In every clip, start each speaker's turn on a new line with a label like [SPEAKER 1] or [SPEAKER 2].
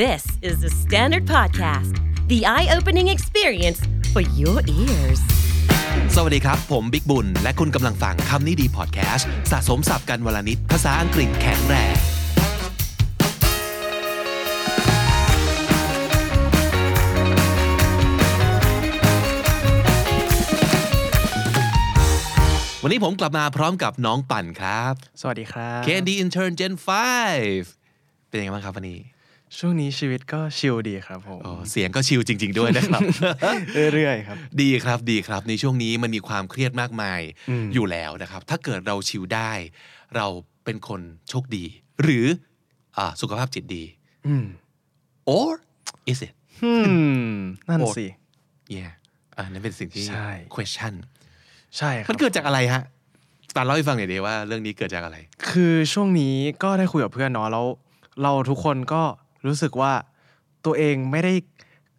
[SPEAKER 1] This is the Standard Podcast, the eye opening experience for your ears.
[SPEAKER 2] สวัสดีครับ ผมบิ๊กบุญ และคุณกำลังฟังคำนี้ดีพอดแคสต์สะสมสับกันวลนิดภาษาอังกฤษแข็งแรง วันนี้ผมกลับมาพร้อมกับน้องปั่นครับ
[SPEAKER 3] สวัสดีครับ
[SPEAKER 2] Candy Intern Gen 5 เป็นยังไงบ้างครับวันนี้
[SPEAKER 3] ช่วงนี้ชีวิตก็ชิลดีครับผม
[SPEAKER 2] อ๋อเสียงก็ชิลจริง ๆ ด้วยนะครับ
[SPEAKER 3] เรื่อยๆครับ
[SPEAKER 2] ดีครับดีครับในช่วงนี้มันมีความเครียดมากมายอยู่แล้วนะครับ ถ้าเกิดเราชิลได้ เราเป็นคนโชคดี หรืออ่าสุขภาพจิตดี
[SPEAKER 3] อืม
[SPEAKER 2] or is it
[SPEAKER 3] อืม นั่นสิ
[SPEAKER 2] yeah อ่านั่นเป็นสิ่งที่
[SPEAKER 3] ใช่
[SPEAKER 2] question
[SPEAKER 3] ใช่ครั
[SPEAKER 2] มั
[SPEAKER 3] บ
[SPEAKER 2] นเกิดจากอะไรฮะตาเล่าให้ฟังหน่อยดีว่าเรื่องนี้เกิดจากอะไร
[SPEAKER 3] คือช่วงนี้ก็ได้คุยกับเพื่อนเนาะแล้วเราทุกคนก็รู้สึกว่าตัวเองไม่ได้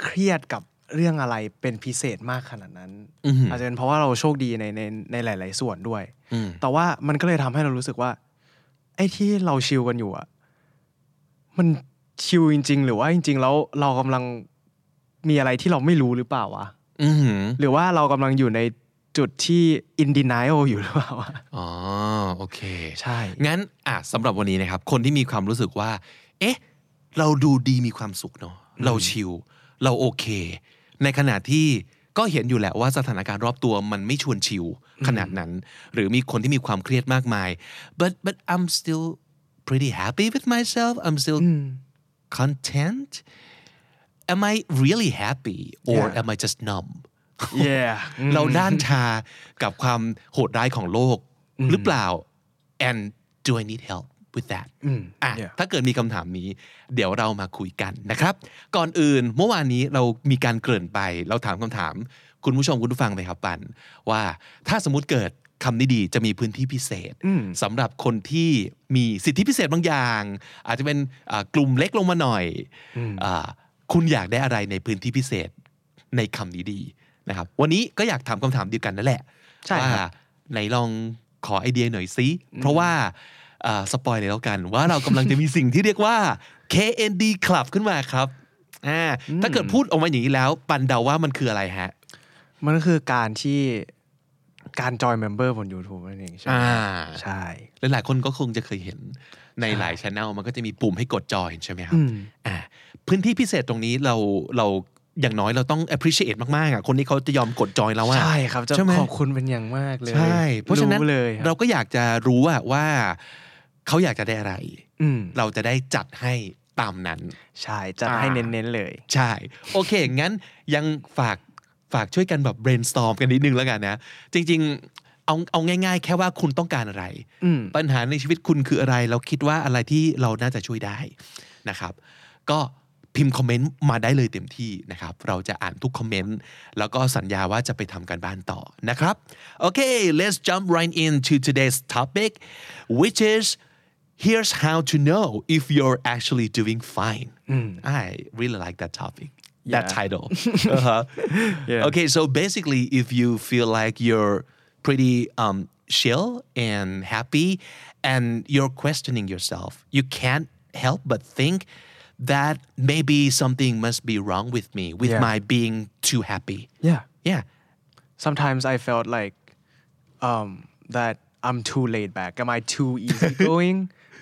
[SPEAKER 3] เครียดกับเรื่องอะไรเป็นพิเศษมากขนาดนั้น
[SPEAKER 2] อือหืออ
[SPEAKER 3] อาจจะเป็นเพราะว่าเราโชคดีในในในหลาย ๆ ส่วนด้วย
[SPEAKER 2] อืม
[SPEAKER 3] แต่ว่ามันก็เลยทำให้เรารู้สึกว่า ไอ้ที่เราชิลกันอยู่อะมันชิลจริง ๆ หรือว่าจริง ๆ แล้วเรากำลังมีอะไรที่เราไม่รู้หรือเปล่าวะ
[SPEAKER 2] อือหือ
[SPEAKER 3] หรือว่าเรากำลังอยู่ในจุดที่ in denial อยู่หรือเปล่าวะ
[SPEAKER 2] อ๋อโอเค
[SPEAKER 3] ใช่
[SPEAKER 2] งั้นอ่ะสำหรับวันนี้นะครับ คนที่มีความรู้สึกว่า เอ๊ะ เราดูดีมีความสุขเนาะเราชิลเราโอเค ในขณะที่ก็เห็นอยู่แหละว่าสถานการณ์รอบตัวมันไม่ชวนชิลขนาดนั้น หรือมีคนที่มีความเครียดมากมาย but but I'm still pretty happy with myself I'm still
[SPEAKER 3] อืม
[SPEAKER 2] content am I really happy or
[SPEAKER 3] Yeah.
[SPEAKER 2] am I just numb
[SPEAKER 3] yeah อืม
[SPEAKER 2] เราด้านชากับความโหดร้ายของโลก หรือเปล่า and do I need help with that
[SPEAKER 3] อืม
[SPEAKER 2] อ่ะ
[SPEAKER 3] yeah
[SPEAKER 2] ถ้าเกิดมีคำถามนี้ เดี๋ยวเรามาคุยกันนะครับ ก่อนอื่นเมื่อวานนี้เรามีการเกริ่นไป เราถามคำถาม คุณผู้ชมคุณผู้ฟังไปครับปันว่าถ้าสมมติเกิดคำนี้ดีจะมีพื้นที่พิเศษ
[SPEAKER 3] อืม
[SPEAKER 2] สำหรับคนที่มีสิทธิพิเศษบางอย่าง อาจจะเป็นอ่ากลุ่มเล็กลงมาหน่อยอ่าคุณอยากได้อะไรในพื้นที่พิเศษ ในคำนี้ดีนะครับ วันนี้ก็อยากถามคำถามเดียวกันนั่นแหละ
[SPEAKER 3] ใช่ครับ
[SPEAKER 2] ว่าไหนลองขอไอเดียหน่อยซิ เพราะว่าอ่าสปอยเลยแล้วกันว่าเรากำลังจะมี สิ่งที่เรียกว่า KND Club ขึ้นมาครับอ่าถ้าเกิดพูดออกมาอย่างนี้แล้ว ปันเดาว่ามันคืออะไรฮะ
[SPEAKER 3] มันก็คือการที่การจอยเมมเบอร์บน YouTube นั่นเองใช่ไหม
[SPEAKER 2] อ่า
[SPEAKER 3] ใช่
[SPEAKER 2] หลายๆคนก็คงจะเคยเห็นในหลายช anel มันก็จะมีปุ่มให้กดจอยใช่ไหมครั
[SPEAKER 3] อื
[SPEAKER 2] บ
[SPEAKER 3] ม
[SPEAKER 2] อ่ะพื้นที่พิเศษตรงนี้เราเราอย่างน้อยเราต้อง appreciate มากๆอ่ะคนนี้เขาจะยอมกดจอยแล้วอ่ะ
[SPEAKER 3] ใช่ครับจะ
[SPEAKER 2] ใช่ไหม
[SPEAKER 3] ขอบคุณเป็นอย่างมากเลย
[SPEAKER 2] ใช่ เพราะฉะนั้น
[SPEAKER 3] เลยค
[SPEAKER 2] เรา
[SPEAKER 3] บ
[SPEAKER 2] ก็อยากจะรู้ว่าว่าเขาอยากจะได้อะไร
[SPEAKER 3] อืม
[SPEAKER 2] เราจะได้จัดให้ตามนั้น
[SPEAKER 3] ใช่จะ
[SPEAKER 2] อ่า
[SPEAKER 3] ให้เน้นๆเลย
[SPEAKER 2] ใช่ โอเค งั้นยังฝากฝากช่วยกันแบบ brainstorm กันนิดนึงแล้วกันนะ จริง ๆ เอาเอาง่าย ๆ แค่ว่าคุณต้องการอะไร
[SPEAKER 3] อืม
[SPEAKER 2] ปัญหาในชีวิตคุณคืออะไร เราคิดว่าอะไรที่เราน่าจะช่วยได้นะครับ ก็พิมพ์คอมเมนต์มาได้เลยเต็มที่นะครับ เราจะอ่านทุกคอมเมนต์ แล้วก็สัญญาว่าจะไปทำการบ้านต่อนะครับ โอเค let's jump right into today's topic which is here's how to know if you're actually doing fine I really like that topic that
[SPEAKER 3] Yeah.
[SPEAKER 2] title Uh-huh.
[SPEAKER 3] Yeah.
[SPEAKER 2] Okay, so basically, if you feel like you're pretty um, chill and happy and you're questioning yourself, you can't help but think that maybe something must be wrong with me, with
[SPEAKER 3] Yeah.
[SPEAKER 2] my being too happy.
[SPEAKER 3] yeah
[SPEAKER 2] Yeah.
[SPEAKER 3] sometimes I felt like um, that I'm too laid back. Am I too easygoing?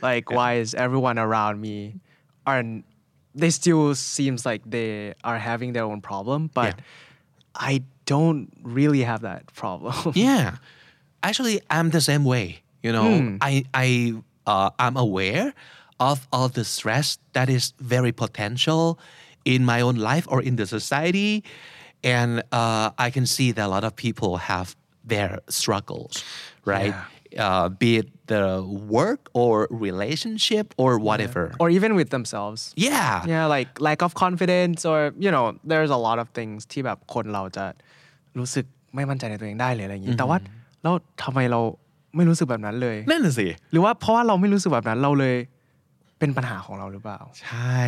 [SPEAKER 3] like, why is everyone around me aren't? They still seems like they are having their own problem, but
[SPEAKER 2] Yeah.
[SPEAKER 3] I don't really have that problem.
[SPEAKER 2] Yeah. Actually, I'm the same way. You know, I, I, uh, I'm aware of all the stress that is very potential in my own life or in the society. And uh, I can see that a lot of people have their struggles, right? Uh, be it the work or relationship or whatever.
[SPEAKER 3] or even with themselves.
[SPEAKER 2] Yeah.
[SPEAKER 3] Yeah, like lack of confidence, or you know, there's a lot of things ที่แบบคนเราจะรู้สึกไม่มั่นใจในตัวเองได้เลยอะไรอย่างนี้ แต่ว่าแล้วทำไมเราไม่รู้สึกแบบนั้นเลย
[SPEAKER 2] นั่นน่ะสิ
[SPEAKER 3] หรือว่าเพราะว่าเราไม่รู้สึกแบบนั้นเราเลยเป็นปัญหาของเราหรือเปล่า
[SPEAKER 2] ใช่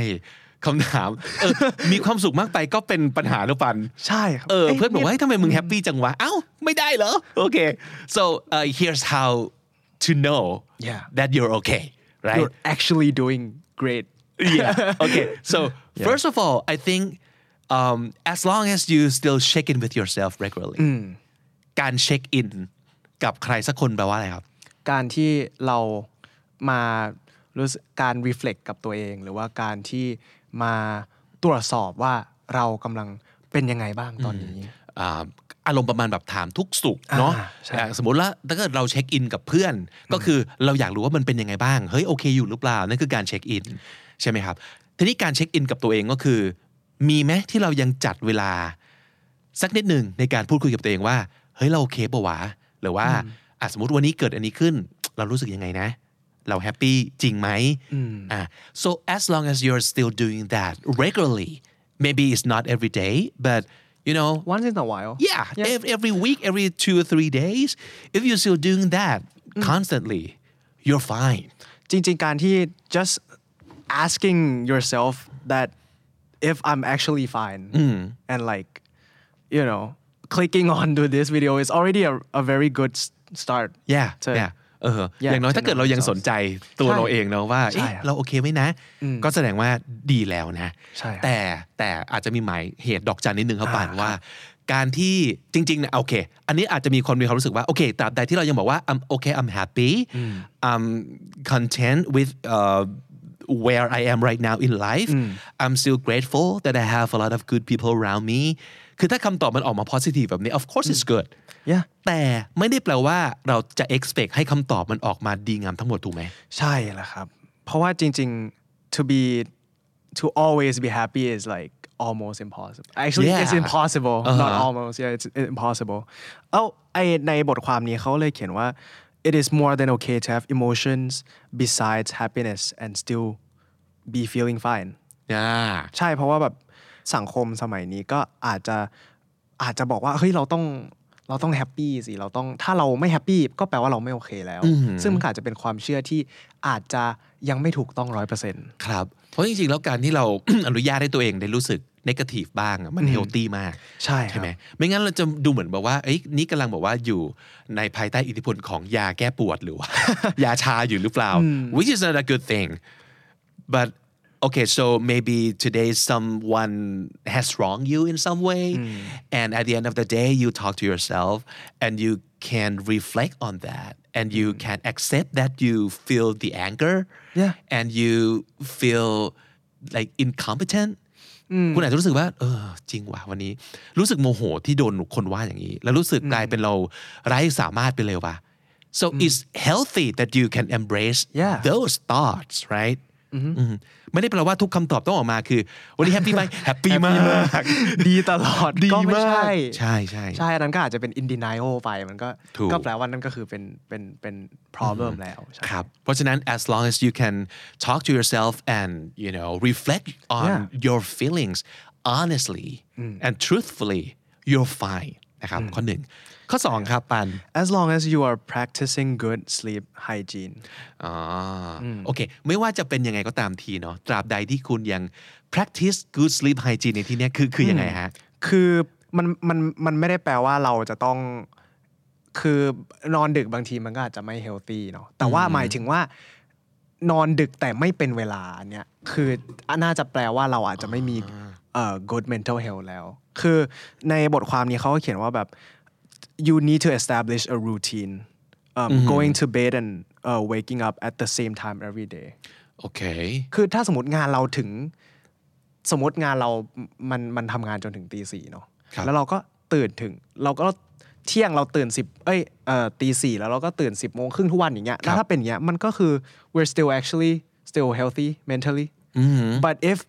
[SPEAKER 2] คำถามเออ มีความสุขมากไปก็เป็นปัญหาหรือเปล่า
[SPEAKER 3] ใช่ครับ
[SPEAKER 2] เออเพื่อนบอก
[SPEAKER 3] ย
[SPEAKER 2] ว่าเฮ้ยทำไมมึงแฮปปี้จังวะเอ้าไม่ได้เหรอโอเค so uh, here's how to know
[SPEAKER 3] Yeah.
[SPEAKER 2] that you're okay right
[SPEAKER 3] you're actually doing great
[SPEAKER 2] yeah. Okay. So first of all, I think um, as long as you still check in with yourself regularly, การเช็คอินกับใครสักคนแปลว่าอะไรครับ
[SPEAKER 3] การที่เรามารู้สึกการ reflect กับตัวเอง หรือว่าการที่มาตรวจสอบว่าเรากำลังเป็นยังไงบ้างตอนนี้
[SPEAKER 2] อ่าอารมณ์ประมาณแบบถามทุกสุขเนาะ
[SPEAKER 3] อ่าใช่
[SPEAKER 2] อ่าสมมติว่าถ้าเกิดเราเช็คอินกับเพื่อน ก็คือเราอยากรู้ว่ามันเป็นยังไงบ้างเฮ้ยโอเคอยู่หรือเปล่านั่นคือการเช็คอินใช่ไหมครับทีนี้การเช็คอินกับตัวเองก็คือ มีไหมที่เรายังจัดเวลา สักนิดหนึ่งในการพูดคุยกับตัวเองว่าเฮ้ยเราโอเคปะวะหรือว่าอ่ะสมมติวันนี้เกิดอันนี้ขึ้น เรารู้สึกยังไงนะ เราแฮปปี้จริงไหมอ่ะ so as long as you're still doing that regularly maybe it's not every day but you know
[SPEAKER 3] once in a while
[SPEAKER 2] Yeah, ev- every week, every two or three days, if you're still doing that constantly, you're fine.
[SPEAKER 3] จริงๆ การที่ just asking yourself that if I'm actually fine and like you know clicking on to this video is already a, a very good s- start
[SPEAKER 2] Yeah,
[SPEAKER 3] to-
[SPEAKER 2] yeah. เออ
[SPEAKER 3] Yeah,
[SPEAKER 2] อย่างน้อย
[SPEAKER 3] to
[SPEAKER 2] ถ้าเกิด
[SPEAKER 3] know
[SPEAKER 2] เรายังสนใจตัว
[SPEAKER 3] ใช่
[SPEAKER 2] เราเองเนาะว่า
[SPEAKER 3] ใช่
[SPEAKER 2] เอ๊ะ
[SPEAKER 3] ครับ
[SPEAKER 2] เราโอเคไหมนะ ก็แสดงว่าดีแล้วนะ
[SPEAKER 3] ใช่ครับ
[SPEAKER 2] แต่แต่อาจจะมีหมายเหตุดอกจันนิดนึงครับป่านว่า การที่จริงๆนะโอเค อันนี้อาจจะมีคนมีความรู้สึกว่า โอเคตราบใดที่เรายังบอกว่า I'm okay I'm happy I'm content with uh, where I am right now in life I'm still grateful that I have a lot of good people around me คือถ้าคำตอบมันออกมา positive แบบนี้ of course it's good
[SPEAKER 3] yeah
[SPEAKER 2] แต่ไม่ได้แปลว่าเราจะ expect ให้คำตอบมันออกมาดีงามทั้งหมดถูกไหม
[SPEAKER 3] ใช่แหละครับ เพราะว่าจริงๆ to be to always be happy is like almost impossible actually
[SPEAKER 2] Yeah.
[SPEAKER 3] it's impossible not
[SPEAKER 2] อ่าฮะ
[SPEAKER 3] almost yeah it's impossible เอ้าไอในบทความนี้เขาเลยเขียนว่า it is more than okay to have emotions besides happiness and still be feeling fine
[SPEAKER 2] อ่า
[SPEAKER 3] ใช่เพราะว่าแบบสังคมสมัยนี้ก็อาจจะอาจจะบอกว่าเฮ้ยเราต้องเราต้องแฮปปี้สิเราต้องถ้าเราไม่แฮปปี้ก็แปลว่าเราไม่โอเคแล้ว ซึ่งมันก็อาจจะเป็นความเชื่อที่อาจจะยังไม่ถูกต้องร้อยเปอร์เซ็นต์
[SPEAKER 2] ครับ เพราะจริงๆ แล้วการที่ เรา อนุญาตให้ตัวเองได้รู้สึก negative บ้างอะมัน healthy มาก
[SPEAKER 3] ใช่ครับ
[SPEAKER 2] ใช่ไหมไม่งั้นเราจะดูเหมือนแบบว่าเอ้ยนี่กำลังบอกว่าอยู่ในภายใต้อิทธิพลของยาแก้ปวดหรือว่า ยาชาอยู่หรือเปล่า which is not a good thing but okay so maybe today someone has wronged you in some way and at the end of the day you talk to yourself and you can reflect on that and you can accept that you feel the anger
[SPEAKER 3] Yeah.
[SPEAKER 2] and you feel like incompetent คุณอาจจะรู้สึกว่าเออจริงว่ะวันนี้ รู้สึกโมโหที่โดนคนว่าอย่างนี้ แล้วรู้สึกกลายเป็นเราไร้สามารถไปเลยว่ะ so it's healthy that you can embrace
[SPEAKER 3] Yeah.
[SPEAKER 2] those thoughts right อืมไม่ได้แปลว่าทุกคำตอบต้องออกมาคือ วันนี้แฮปปี้ไหม แฮปปี้มาก
[SPEAKER 3] ดีตลอด
[SPEAKER 2] ดี
[SPEAKER 3] ก็ไม่
[SPEAKER 2] มาก
[SPEAKER 3] ใช่
[SPEAKER 2] ใช่ใช่
[SPEAKER 3] ใช่อันนั้นก็อาจจะเป็น in denial ไปมันก็
[SPEAKER 2] ถูก
[SPEAKER 3] ก็แปลว่านั่นก็คือเป็นเป็นเป็น problem แล้วใช่
[SPEAKER 2] ครับเพราะฉะนั้น as long as you can talk to yourself and you know reflect on
[SPEAKER 3] Yeah.
[SPEAKER 2] your feelings honestly and truthfully you're fine นะครับข้อหนึ่งข้อสองครับปัน
[SPEAKER 3] as long as you are practicing good sleep hygiene
[SPEAKER 2] อ๋ออโอเค ไม่ว่าจะเป็นยังไงก็ตามทีเนาะตราบใดที่คุณยัง practice good sleep hygiene ในที่เนี้ยคือคือยังไงฮะ
[SPEAKER 3] คือมันมันมันไม่ได้แปลว่าเราจะต้องคือนอนดึกบางทีมันก็อาจจะไม่เฮลตี้เนาะแต่ว่าหมายถึงว่านอนดึกแต่ไม่เป็นเวลาเนี่ยคือน่าจะแปลว่าเราอาจจะไม่มีเอ่อ good mental health แล้ว คือในบทความนี้เขาก็เขียนว่าแบบ you need to establish a routine um, going to bed and uh, waking up at the same time every day
[SPEAKER 2] โอเค
[SPEAKER 3] คือถ้าสมมติงานเราถึง สมมติงานเรา มันมันทำงานจนถึงตีสี่เนาะ
[SPEAKER 2] ครับ
[SPEAKER 3] แล้วเราก็ตื่นถึง เราก็เที่ยงเราตื่นสิบเอ้ยเอ่อตีสี่แล้วเราก็ตื่นสิบโมงครึ่งทุกวันอย่างเงี้ย แล้วถ้าเป็นอย่างเงี้ย มันก็คือ we're still actually still healthy mentally but if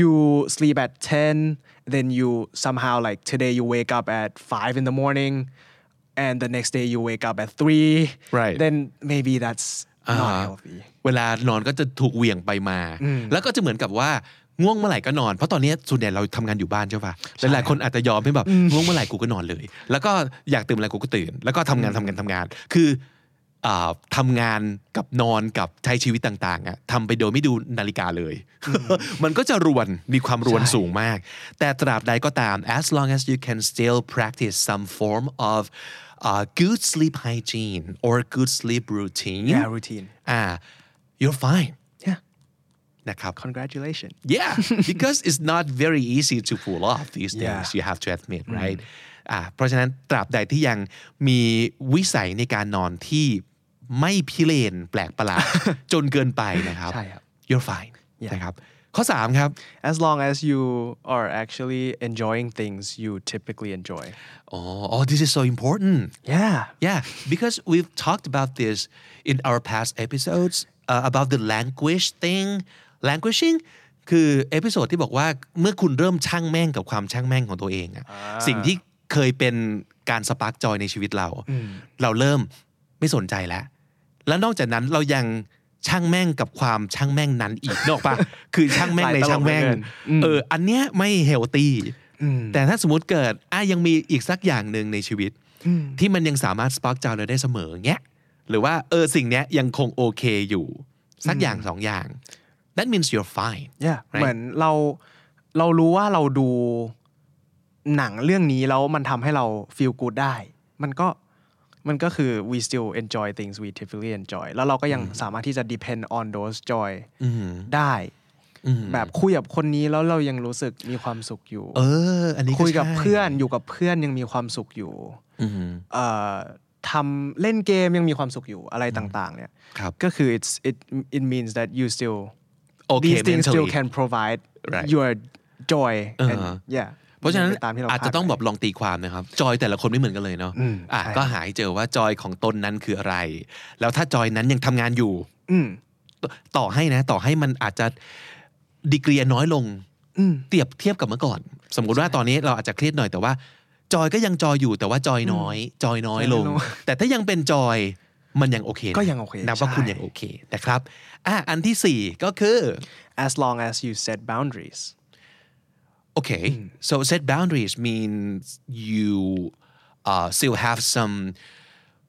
[SPEAKER 3] you sleep at 10 then you somehow like today you wake up at 5 in the morning and the next day you wake up at 3
[SPEAKER 2] Right.
[SPEAKER 3] then maybe that's
[SPEAKER 2] อ่า
[SPEAKER 3] not healthy
[SPEAKER 2] เวลานอนก็จะถูกเหวี่ยงไปมา แล้วก็จะเหมือนกับว่าง่วงเมื่อไหร่ก็นอน เพราะตอนเนี้ยส่วนใหญ่เราทำงานอยู่บ้านใช่ป่ะหลายๆคนอาจจะยอมให้แบบง่วงเมื่อไหร่กูก็นอนเลย แล้วก็อยากตื่นเมื่อไหร่กูก็ตื่น แล้วก็ทำงานทำงานทำงาน คืออ่าทำงานกับนอนกับใช้ชีวิตต่างๆอะทำไปโดยไม่ดูนาฬิกาเลย มันก็จะรวนมีความรวนสูงมาก แต่ตราบใดก็ตาม as long as you can still practice some form of uh, good sleep hygiene or good sleep routine
[SPEAKER 3] yeah routine
[SPEAKER 2] ah, you're fine.
[SPEAKER 3] yeah
[SPEAKER 2] นะครับ
[SPEAKER 3] Congratulations.
[SPEAKER 2] Yeah, because it's not very easy to pull off these things.
[SPEAKER 3] Yeah.
[SPEAKER 2] You have to admit, right? อ่าเพราะฉะนั้นตราบใดที่ยังมีวิสัยในการนอนที่ไม่พิเรนแปลกประหลาด จนเกินไปนะครับ
[SPEAKER 3] ใช่ครับ
[SPEAKER 2] You're fine
[SPEAKER 3] Yeah.
[SPEAKER 2] นะครับ ข้อ 3 ครับ
[SPEAKER 3] As long as you are actually enjoying things you typically enjoy.
[SPEAKER 2] อ๋อ oh, this is so important
[SPEAKER 3] Yeah.
[SPEAKER 2] Yeah, because we've talked about this in our past episodes uh, about the language thing languishing คือเอพิโซดที่บอกว่าเมื่อคุณเริ่มช่างแม่งกับความช่างแม่งของตัวเองอะสิ่งที่เคยเป็นการสปาร์กจอยในชีวิตเรา เราเริ่มไม่สนใจแล้ว แล้วนอกจากนั้นเรายังช่างแม่งกับความช่างแม่งนั้นอีกนกออกปะ คือช่างแม่งในช่างแม่ง
[SPEAKER 3] หลายตลบเหลือเกิน
[SPEAKER 2] เอออันเนี้ยไม่เฮลตี้แต่ถ้าสมมติเกิดอ่ะยังมีอีกสักอย่างหนึ่งในชีวิต ที่มันยังสามารถสปาร์กจาวเราได้เสมอเงี้ยหรือว่าเออสิ่งเนี้ยยังคงโอเคอยู่ สักอย่างสองอย่าง that means you're fine
[SPEAKER 3] Yeah.
[SPEAKER 2] Right.
[SPEAKER 3] เหมือนเราเรารู้ว่าเราดูหนังเรื่องนี้แล้วมันทำให้เรา feel good ได้ มันก็มันก็คือ we still enjoy things we typically enjoy แล้วเราก็ยังสามารถที่จะ depend on those joy ได้แบบคุยกับคนนี้แล้วเรายังรู้สึกมีความสุขอยู่
[SPEAKER 2] เออ อันนี้
[SPEAKER 3] คุยกับ
[SPEAKER 2] ใช่
[SPEAKER 3] เพื่อนอยู่กับเพื่อนยังมีความสุขอยู่
[SPEAKER 2] อืม
[SPEAKER 3] เอ่อทำเล่นเกมยังมีความสุขอยู่อะไรต่างๆเนี่ย
[SPEAKER 2] ครับ
[SPEAKER 3] ก็คือ it's it it means that you still
[SPEAKER 2] โอเค
[SPEAKER 3] these things still
[SPEAKER 2] mentally
[SPEAKER 3] can provide
[SPEAKER 2] Right.
[SPEAKER 3] your joy and
[SPEAKER 2] อ่าฮะ
[SPEAKER 3] yeah
[SPEAKER 2] เพราะฉะนั้น
[SPEAKER 3] มัป็ตามที่เรา
[SPEAKER 2] อาจจะ
[SPEAKER 3] คด
[SPEAKER 2] ต้องแบบลองตีความนะครับ จอยแต่ละคนไม่เหมือนกันเลยเนาะ
[SPEAKER 3] อืม
[SPEAKER 2] อ่ะ
[SPEAKER 3] ใช่
[SPEAKER 2] ก็หายเจอว่าจอยของตนนั้นคืออะไร แล้วถ้าจอยนั้นยังทำงานอยู่
[SPEAKER 3] อืม
[SPEAKER 2] ตต่อให้นะ ต่อให้มันอาจจะดีกรีน้อยลง
[SPEAKER 3] อืม
[SPEAKER 2] เทียบเทียบกับเมื่อก่อน สมมุติว่าตอนนี้เราอาจจะเครียดหน่อยแต่ว่า จอยก็ยังจอยอยู่แต่ว่าจอยน้อย จอยน้อยลง แต่ถ้ายังเป็นจอยมันยังโอเคนะ
[SPEAKER 3] ก็ยังโอเค
[SPEAKER 2] นับว่า
[SPEAKER 3] ใช่
[SPEAKER 2] คุณยังโอเคนะครับอ่ะอันที่ 4 ก็คือ
[SPEAKER 3] as long as you set boundaries
[SPEAKER 2] Okay, so set boundaries means you uh, still have some,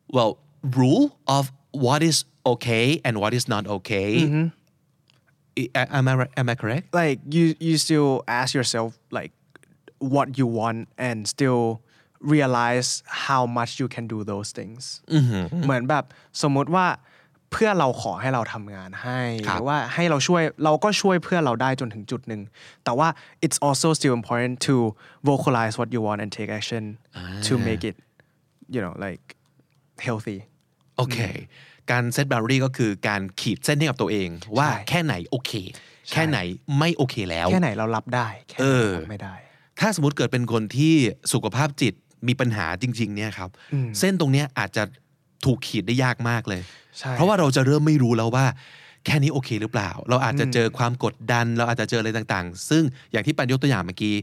[SPEAKER 2] well, rule of what is okay and what is not okay. I- Am I ri- am I correct?
[SPEAKER 3] like you you still ask yourself like what you want and still realize how much you can do those things เหมือนแบบสมมติว่าเพื่อนเราขอให้เราทำงานให้
[SPEAKER 2] ครับ
[SPEAKER 3] หรือว่าให้เราช่วยเราก็ช่วยเพื่อนเราได้จนถึงจุดหนึ่ง แต่ว่า it's also still important to vocalize what you want and take action to make it you know like healthy
[SPEAKER 2] โอเค การเซตบารีก็คือการขีดเส้นให้กับตัวเอง ว่าแค่ไหนโอเค แค่ไหนไม่โอเคแล้ว
[SPEAKER 3] แค่ไหนเรารับได้ แค่ไหนเรารับไม่ได้
[SPEAKER 2] ถ้าสมมติเกิดเป็นคนที่สุขภาพจิตมีปัญหาจริง ๆ เนี่ยครับ เส้นตรงเนี้ยอาจจะถูกขีดได้ยากมากเลย
[SPEAKER 3] ใช่
[SPEAKER 2] เพราะว่าเราจะเริ่มไม่รู้แล้วว่า แค่นี้โอเคหรือเปล่า เราอาจจะเจอความกดดัน เราอาจจะเจออะไรต่างๆ ซึ่งอย่างที่ปันยกตัวอย่างเมื่อกี้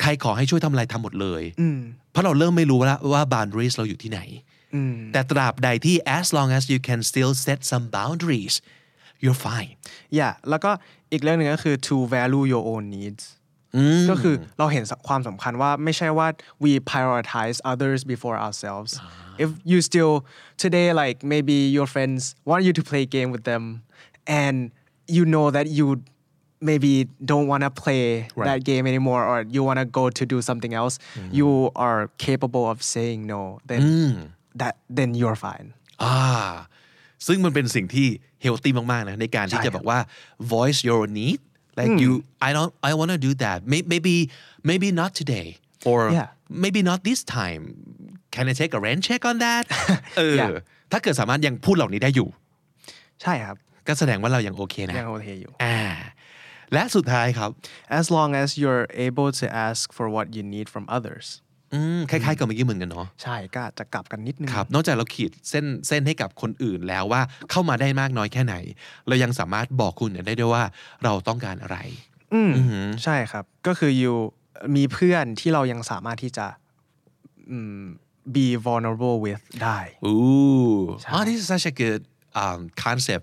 [SPEAKER 2] ใครขอให้ช่วยทำอะไรทำหมดเลย
[SPEAKER 3] อืม
[SPEAKER 2] เพราะเราเริ่มไม่รู้แล้วว่า boundaries เราอยู่ที่ไหน
[SPEAKER 3] อืม
[SPEAKER 2] แต่ตราบใดที่ as long as you can still set some boundaries you're fine
[SPEAKER 3] yeah แล้วก็อีกเรื่องหนึ่งก็คือ to value your own needs ก็คือเราเห็นความสำคัญว่าไม่ใช่ว่า we prioritize others before ourselves if you still today like maybe your friends want you to play game with them and you know that you maybe don't want to play that game anymore or you want to go to do something else you are capable of saying no then that then you're fine
[SPEAKER 2] อ่าซึ่งมันเป็นสิ่งที่เฮลตี้มาก ๆ นะ ในการที่จะบอกว่า voice your need like you I don't I want to do that May- maybe maybe not today or
[SPEAKER 3] Yeah.
[SPEAKER 2] maybe not this time can I take a rain check on that เออ
[SPEAKER 3] Yeah.
[SPEAKER 2] ถ้าเกิดสามารถยังพูดเหล่านี้ได้อยู่
[SPEAKER 3] ใช่ครับ
[SPEAKER 2] ก็แสดงว่าเรายังโอเคนะ
[SPEAKER 3] ยังโอเคอยู่
[SPEAKER 2] อ่าและสุดท้ายครับ
[SPEAKER 3] as long as you're able to ask for what you need from others
[SPEAKER 2] อืมคล้าย ๆ กับเมื่อกี้เหมือนกันเนาะ
[SPEAKER 3] ใช่ก็อาจจะกลับกันนิดนึง
[SPEAKER 2] ครับนอกจากเราขีดเส้นเส้นให้กับคนอื่นแล้วว่าเข้ามาได้มากน้อยแค่ไหน เรายังสามารถบอกคุณได้ด้วยว่าเราต้องการอะไร
[SPEAKER 3] อืมใช่ครับ ก็คืออยู่มีเพื่อนที่เรายังสามารถที่จะอืม be vulnerable with ได้
[SPEAKER 2] Ooh, oh, this is such a good um, concept.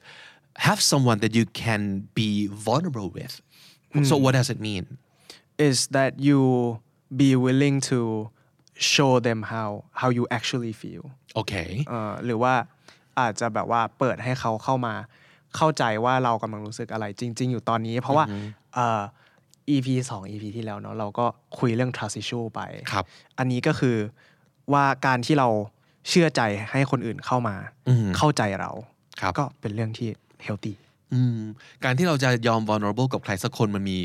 [SPEAKER 2] Have someone that you can be vulnerable with. So what does it mean?
[SPEAKER 3] is that you be willing to show them how how you actually feel
[SPEAKER 2] Okay.
[SPEAKER 3] เอ่อหรือว่าอาจจะแบบว่าเปิดให้เขาเข้ามาเข้าใจว่าเรากำลังรู้สึกอะไรจริง ๆ อยู่ตอนนี้ เพราะว่าเอ่อ EP 2 EP ที่แล้วเนาะเราก็คุยเรื่อง trust issue ไป
[SPEAKER 2] ครับ
[SPEAKER 3] อันนี้ก็คือว่าการที่เราเชื่อใจให้คนอื่นเข้ามา เข้าใจเรา
[SPEAKER 2] ครับ
[SPEAKER 3] ก็เป็นเรื่องที่ healthy
[SPEAKER 2] อืมการที่เราจะยอม vulnerable กับใครสักคนมันมี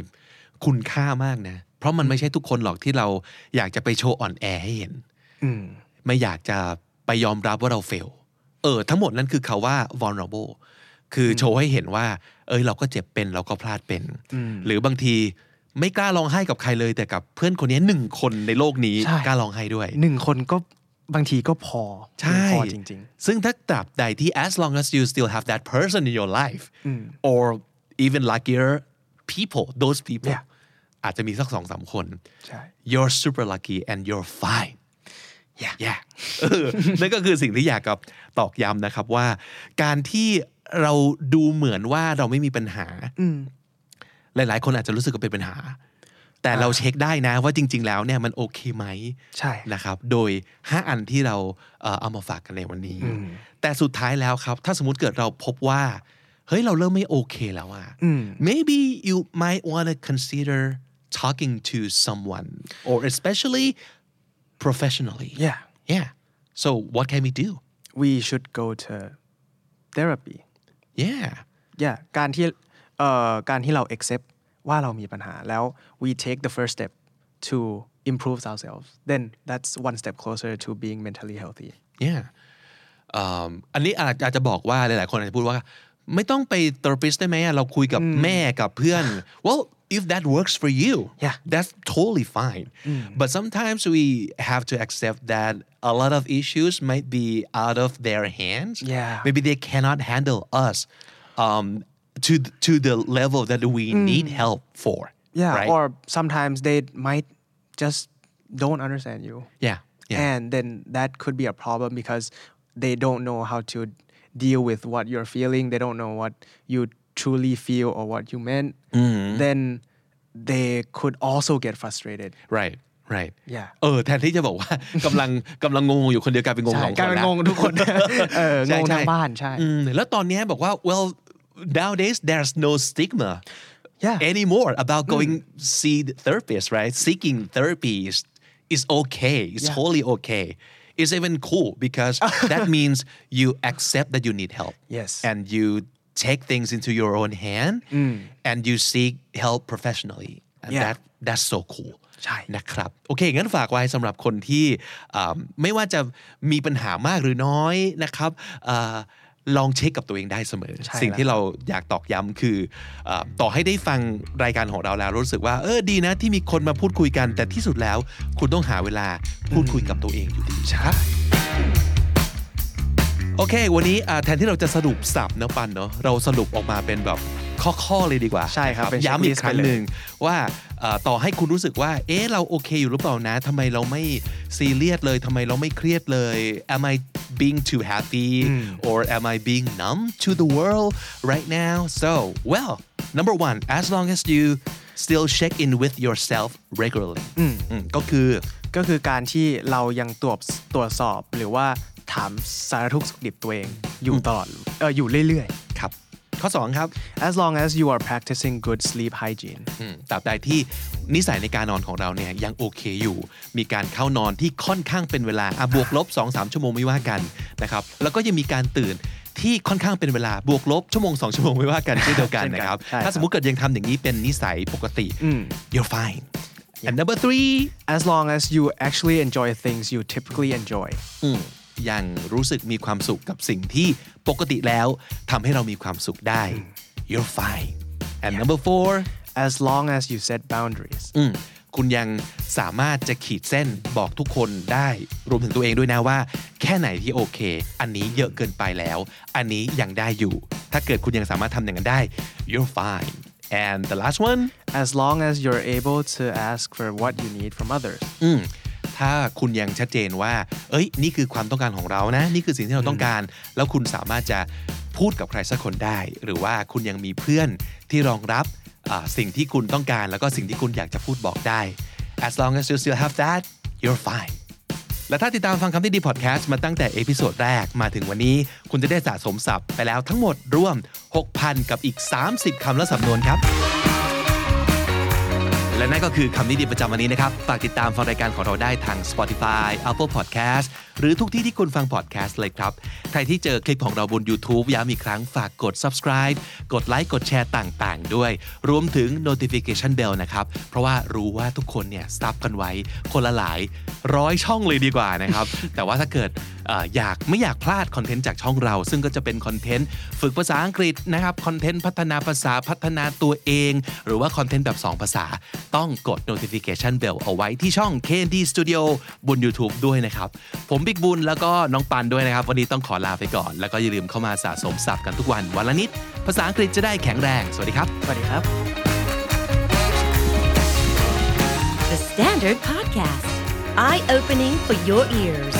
[SPEAKER 2] คุณค่ามากนะ เพราะมันไม่ใช่ทุกคนหรอกที่เราอยากจะไปโชว์อ่อนแอให้เห็น
[SPEAKER 3] อืม
[SPEAKER 2] ไม่อยากจะไปยอมรับว่าเราเฟล เออ ทั้งหมดนั่นคือคาว่า vulnerable คือโชว์ให้เห็นว่า เอ้ยเราก็เจ็บเป็นเราก็พลาดเป็น
[SPEAKER 3] อืม
[SPEAKER 2] หรือบางทีไม่กล้าร้องไห้กับใครเลย แต่กับเพื่อนคนนี้หนึ่งคนในโลกนี้
[SPEAKER 3] ใช่
[SPEAKER 2] กล้าร้องไห้ด้วย
[SPEAKER 3] หนึ่งคนก็บางทีก็พอ
[SPEAKER 2] ใช่
[SPEAKER 3] พอจริง
[SPEAKER 2] ซึ่งถ้าตราบใดที่ as long as you still have that person in your life
[SPEAKER 3] อืม
[SPEAKER 2] or even luckier people those people
[SPEAKER 3] Yeah.
[SPEAKER 2] อาจจะมีสักสองสามคน
[SPEAKER 3] ๆ ใช่
[SPEAKER 2] you're super lucky and you're fine
[SPEAKER 3] Yeah.
[SPEAKER 2] yeah เออนั่นก็คือสิ่งที่อยากกับตอกย้ำนะครับว่า การที่เราดูเหมือนว่าเราไม่มีปัญหา
[SPEAKER 3] อืม
[SPEAKER 2] หลาย ๆ คนอาจจะรู้สึกว่าเป็นปัญหา แต่เราเช็คได้นะว่าจริง ๆ แล้วเนี่ยมันโอเคไหม
[SPEAKER 3] ใช่
[SPEAKER 2] นะครับ โดย 5 อันที่เราเอ่อเอามาฝากกันในวันนี้ แต่สุดท้ายแล้วครับ ถ้าสมมติเกิดเราพบว่า เฮ้ย เราเริ่มไม่โอเคแล้วอะ
[SPEAKER 3] อืม
[SPEAKER 2] maybe you might want to consider talking to someone or especially professionally
[SPEAKER 3] yeah
[SPEAKER 2] yeah so what can we do
[SPEAKER 3] we should go to therapy
[SPEAKER 2] yeah
[SPEAKER 3] yeah การที่เอ่อการที่เรา accept ว่าเรามีปัญหาแล้ว we take the first step to improve ourselves then that's one step closer to being mentally healthy
[SPEAKER 2] yeah เอิ่มอันนี้อาจอาจจะบอกว่าหลาย ๆ คนอาจจะพูดว่า ไม่ต้องไปเทอร์ปิสได้ไหมอะเราคุยกับแม่กับเพื่อน well if that works for you
[SPEAKER 3] Yeah. Mm.
[SPEAKER 2] that's totally fine but sometimes we have to accept that a lot of issues might be out of their hands
[SPEAKER 3] Yeah.
[SPEAKER 2] maybe they cannot handle us um, to to the level that we need help for
[SPEAKER 3] Mm. yeah
[SPEAKER 2] right?
[SPEAKER 3] or sometimes they might just don't understand you
[SPEAKER 2] yeah yeah
[SPEAKER 3] and then that could be a problem because they don't know how to deal with what you're feeling they don't know what you truly feel or what you meant then they could also get frustrated
[SPEAKER 2] right right
[SPEAKER 3] Yeah.
[SPEAKER 2] เออแทนที่จะบอกว่าก ำลังกำลังงงอยู่คนเดียวกลายเป็นงงสองคน
[SPEAKER 3] กลายเป็น
[SPEAKER 2] ละ
[SPEAKER 3] งงทุกคน เออ
[SPEAKER 2] ใช่
[SPEAKER 3] งง
[SPEAKER 2] ใช่
[SPEAKER 3] ทางบ้านใช่
[SPEAKER 2] อืมแล้วตอนเนี้ยบอกว่า well nowadays there's no stigma
[SPEAKER 3] Yeah.
[SPEAKER 2] anymore about going see the therapist right seeking therapy is is okay it's
[SPEAKER 3] Yeah.
[SPEAKER 2] totally okay it's even cool because that means you accept that you need help
[SPEAKER 3] Yes.
[SPEAKER 2] and you take things into your own hand and you seek help professionally and
[SPEAKER 3] Yeah.
[SPEAKER 2] that that's so cool
[SPEAKER 3] ใช่
[SPEAKER 2] นะครับโอเค งั้นฝากไว้สำหรับคนที่อ่าไม่ว่าจะมีปัญหามากหรือน้อยนะครับอ่าลองเช็คกับตัวเองได้เสมอ
[SPEAKER 3] ใช่
[SPEAKER 2] สิ่ง
[SPEAKER 3] แล้ว
[SPEAKER 2] ที่เราอยากตอกย้ำคืออาต่อให้ได้ฟังรายการของเราแล้วรู้สึกว่าเออดีนะที่มีคนมาพูดคุยกัน แต่ที่สุดแล้วคุณต้องหาเวลาพูดคุยกับตัวเองอยู่ดี
[SPEAKER 3] ใช่
[SPEAKER 2] โอเค วันนี้อ่าแทนที่เราจะสรุปสับเนอะปันเนอะเราสรุปออกมาเป็นแบบข้อๆเลยดีกว่า
[SPEAKER 3] ใช่ครับเป็น
[SPEAKER 2] ย้ำอีก
[SPEAKER 3] checklist
[SPEAKER 2] ครั้ง
[SPEAKER 3] ไปเลย
[SPEAKER 2] หนึ่งว่าเอ่อต่อให้คุณรู้สึกว่า เอ๊ะ เราโอเคอยู่หรือเปล่านะทำไมเราไม่ซีเรียสเลยทำไมเราไม่เครียดเลย am I being too happy or am I being numb to the world right now so well number one as long as you still check in with yourself regularly อืมก็คือ
[SPEAKER 3] ก็คือการที่เรายังตรวจตรวจสอบหรือว่าถามสารทุกข์สุขดิบตัวเอง อยู่ตลอดเอออยู่เรื่อย
[SPEAKER 2] ครับ ข้อสองครับ
[SPEAKER 3] ๆ as long as you are practicing good sleep hygiene
[SPEAKER 2] อืมตราบใดที่นิสัยในการนอนของเราเนี่ยยังโอเคอยู่ มีการเข้านอนที่ค่อนข้างเป็นเวลาอ่ะบวกลบ 2-3 ชั่วโมงไม่ว่ากันนะครับแล้วก็ยังมีการตื่นที่ค่อนข้างเป็นเวลาบวกลบชั่วโมง 2 ชั่วโมงไม่ว่ากันเช่นเดียวกันนะครับ
[SPEAKER 3] ใช่ครับ
[SPEAKER 2] ถ้าสมมติเกิดยังทำอย่างนี้เป็นนิสัยปกติ
[SPEAKER 3] อืม
[SPEAKER 2] you're fine and number three
[SPEAKER 3] as long as you actually enjoy things you typically enjoy
[SPEAKER 2] อืมยังรู้สึกมีความสุขกับสิ่งที่ปกติแล้วทำให้เรามีความสุขได้ you're fine and number four
[SPEAKER 3] as long as you set boundaries
[SPEAKER 2] อืมคุณยังสามารถจะขีดเส้นบอกทุกคนได้รวมถึงตัวเองด้วยนะว่า แค่ไหนที่โอเค อันนี้เยอะเกินไปแล้ว อันนี้ยังได้อยู่ ถ้าเกิดคุณยังสามารถทำอย่างนั้นได้ you're fine and the last one
[SPEAKER 3] as long as you're able to ask for what you need from others
[SPEAKER 2] อืมถ้าคุณยังชัดเจนว่า เอ้ย นี่คือความต้องการของเรานะ นี่คือสิ่งที่เราต้องการ แล้วคุณสามารถจะพูดกับใครสักคนได้ หรือว่าคุณยังมีเพื่อนที่รองรับอ่าสิ่งที่คุณต้องการ แล้วก็สิ่งที่คุณอยากจะพูดบอกได้ as long as you still have that you're fine และถ้าติดตามฟังคำที่ดีพอดแคสต์มาตั้งแต่เอพิโซดแรกมาถึงวันนี้ คุณจะได้สะสมศัพท์ไปแล้วทั้งหมดรวม 6,000 กับอีก 30 คำและสำนวนครับ และ และนั่นก็คือคำนิยมประจำวันนี้นะครับ ฝากติดตามฟังรายการของเราได้ทาง Spotify Apple Podcast หรือทุกที่ที่คุณฟัง podcast เลยครับ ใครที่เจอคลิปของเราบน YouTube ย้ำอีกครั้งฝากกด subscribe กดไลค์กดแชร์ต่างๆ ด้วย รวมถึง notification bell นะครับ เพราะว่ารู้ว่าทุกคนเนี่ยซับกันไว้คนละหลายร้อยช่องเลยดีกว่านะครับ แต่ว่าถ้าเกิดเอ่ออยากไม่อยากพลาดคอนเทนต์จากช่องเรา ซึ่งก็จะเป็นคอนเทนต์ฝึกภาษาอังกฤษนะครับ คอนเทนต์พัฒนาภาษาพัฒนาตัวเอง หรือว่าคอนเทนต์แบบ 2 ภาษา ต้องกด notification bell เอาไว้ที่ช่อง KND Studio บน YouTube ด้วยนะครับ ผมบิ๊กบุญแล้วก็น้องปันด้วยนะครับ วันนี้ต้องขอลาไปก่อน แล้วก็อย่าลืมเข้ามาสะสมศัพท์กันทุกวันวันละนิด ภาษาอังกฤษจะได้แข็งแรง สวัสดีครับ
[SPEAKER 3] สวัสดีครับ
[SPEAKER 1] The Standard Podcast, eye opening for your ears.